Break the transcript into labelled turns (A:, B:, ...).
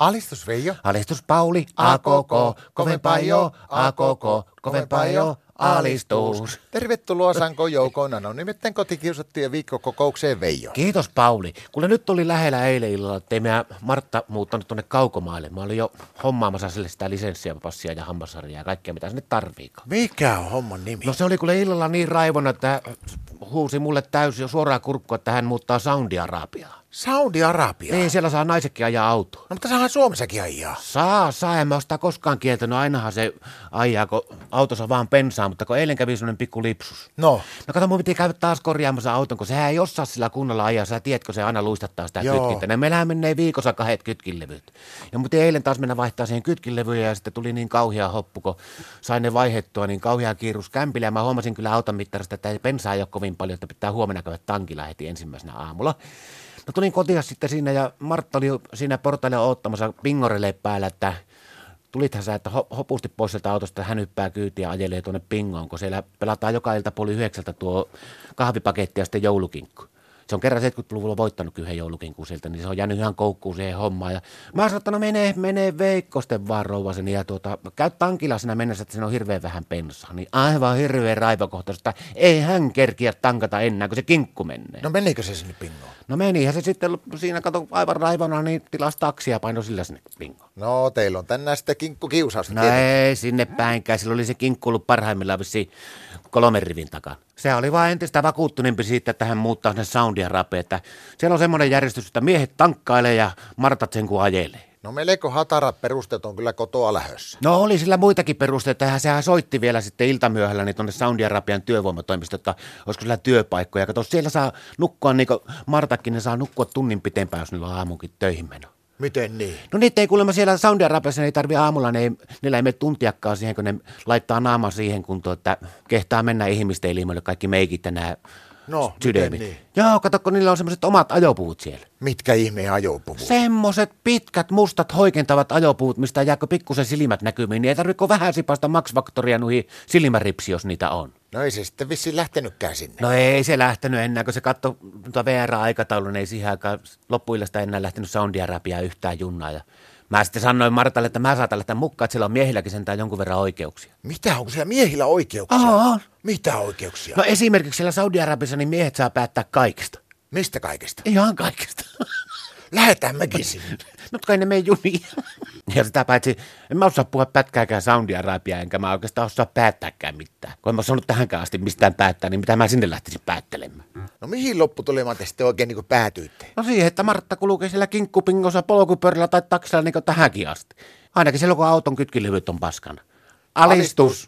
A: Alistus Veijo.
B: Alistus Pauli, a koko, kovempaa jo, a koko, kovempaa jo, alistus.
A: Tervetuloa Sanko Joukoon Anonymitten kotikiusattujen viikkokokoukseen Veijo.
B: Kiitos Pauli. Kuule nyt oli lähellä eilen illalla, että ei meidän Martta muuttanut tuonne kaukomaille. Mä olin jo hommaamassa sille sitä lisenssiä, passia ja hammasharjaa ja kaikkea mitä sinne tarviikaan.
C: Mikä on homman nimi?
B: No se oli kuule illalla niin raivona, että huusi mulle täysin jo suoraan kurkkua, että hän muuttaa Saudi-Arabiaan.
C: Saudi-Arabia.
B: Niin, siellä saa naisetkin ajaa autoa.
C: No mutta saahan Suomessakin ajaa.
B: Saa, saa. En mä ole sitä koskaan kieltänyt. Ainahan se ajaa, kun autossa vaan pensaa, mutta kun eilen kävi sellainen pikku lipsus.
C: No,
B: No kato, mun piti käydä taas korjaamassa auton, kun sehän ei osaa sillä kunnolla ajaa. Sä tiedätkö, se aina luistattaa sitä
C: Joo.
B: kytkintä. Ne meillähän menee viikossa kahdet kytkinlevyt. Ja mutta eilen taas mennä vaihtaa siihen kytkinlevyjä ja sitten tuli niin kauhea hoppu, kun sain ne vaihettua, niin kauhea kiirus kämpillä. Ja mä huomasin kyllä auton mittarista, että ei bensaa ei ole kovin paljon, että pitää huomenna käydä tankilla heti ensimmäisenä aamulla. No tulin kotia sitten siinä ja Martta oli jo siinä portailla oottamassa pingorille päällä, että tulithan sä, että ho- hopusti pois sieltä autosta, hän hyppää kyytiä ja ajelee tuonne pingoon, kun siellä pelataan joka ilta puoli yhdeksältä tuo kahvipaketti ja sitten joulukinkku. Se on kerran 70-luvulla voittanut yhden joulukinkun sieltä, niin se on jäänyt ihan koukkuun siihen hommaan. Ja mä sanoin, että no menee, menee veikkosten vaan rouvaseni ja tuota, käy tankilasena mennessä, että siinä on hirveän vähän pensaa. Niin aivan hirveän raivokohtaisesti, että ei hän kerkiä tankata enää, kun se kinkku menee.
C: no menikö se sinne pingoon?
B: No menihän se sitten lop- siinä, kato aivan raivona, niin tilasi taksia ja paino sillä sinne bingo.
A: No teillä on tänään sitten niin kinkkukiusausta.
B: No
A: tietenkin.
B: ei sinne päinkään, sillä oli se kinkku ollut parhaimmillaan vissiin kolmen rivin takana. Se oli vaan entistä vakuuttuneempi siitä, että hän muuttaa sinne soundia rapeen, että siellä on semmoinen järjestys, että miehet tankkailee ja martat sen kun ajelee.
A: No melko hatarat perusteet on kyllä kotoa lähössä.
B: No oli sillä muitakin perusteita. Hän sehän soitti vielä sitten iltamyöhällä niin tuonne Sound Arabian työvoimatoimisto, että olisiko sillä työpaikkoja. Kato, siellä saa nukkua niin kuin Martakin, ne saa nukkua tunnin pitempään, jos niillä on aamunkin töihin meno.
C: Miten niin?
B: No niitä ei kuulemma siellä Sound Arabiassa, ne ei tarvi aamulla, ne ei, niillä ei mene tuntiakkaan siihen, kun ne laittaa naama siihen, kun tuota, kehtaa mennä ihmisten ilmoille kaikki meikit ja nämä
C: No,
B: sydämit.
C: miten niin?
B: Joo, kato, kun niillä on semmoiset omat ajopuvut siellä.
C: Mitkä ihmeen ajopuvut?
B: Semmoset pitkät, mustat, hoikentavat ajopuut, mistä jääkö pikkusen silmät näkymiin, niin ei tarvitse kuin vähän sipasta Max Factoria noihin silmäripsi, jos niitä on.
A: No ei se sitten vissiin lähtenytkään sinne.
B: No ei se lähtenyt enää, kun se katto tuota VR-aikataulun, ei siihen aikaan loppuillasta enää lähtenyt soundia räpiä yhtään junnaa. Ja mä sitten sanoin Martalle, että mä saatan lähteä mukaan, että siellä on miehilläkin sentään jonkun verran oikeuksia.
C: Mitä, onko siellä miehillä oikeuksia?
B: Aha.
C: Mitä oikeuksia?
B: No esimerkiksi siellä Saudi-Arabiassa niin miehet saa päättää kaikista.
C: Mistä kaikesta?
B: Ihan kaikista.
C: Lähetään mekin sinne.
B: No kai ne meni juniin. Ja sitä paitsi, en mä osaa puhua pätkääkään soundia rapia, enkä mä oikeastaan osaa päättääkään mitään. Kun en mä osannut tähänkään asti mistään päättää, niin mitä mä sinne lähtisin päättelemään.
C: No mihin lopputulemaan te sitten oikein niin päätyitte?
B: No siihen, että Martta kulkee siellä kinkkupingossa polkupyörällä tai taksilla niin kuin tähänkin asti. Ainakin silloin, kun auton kytkilevyt on paskana. Alistus!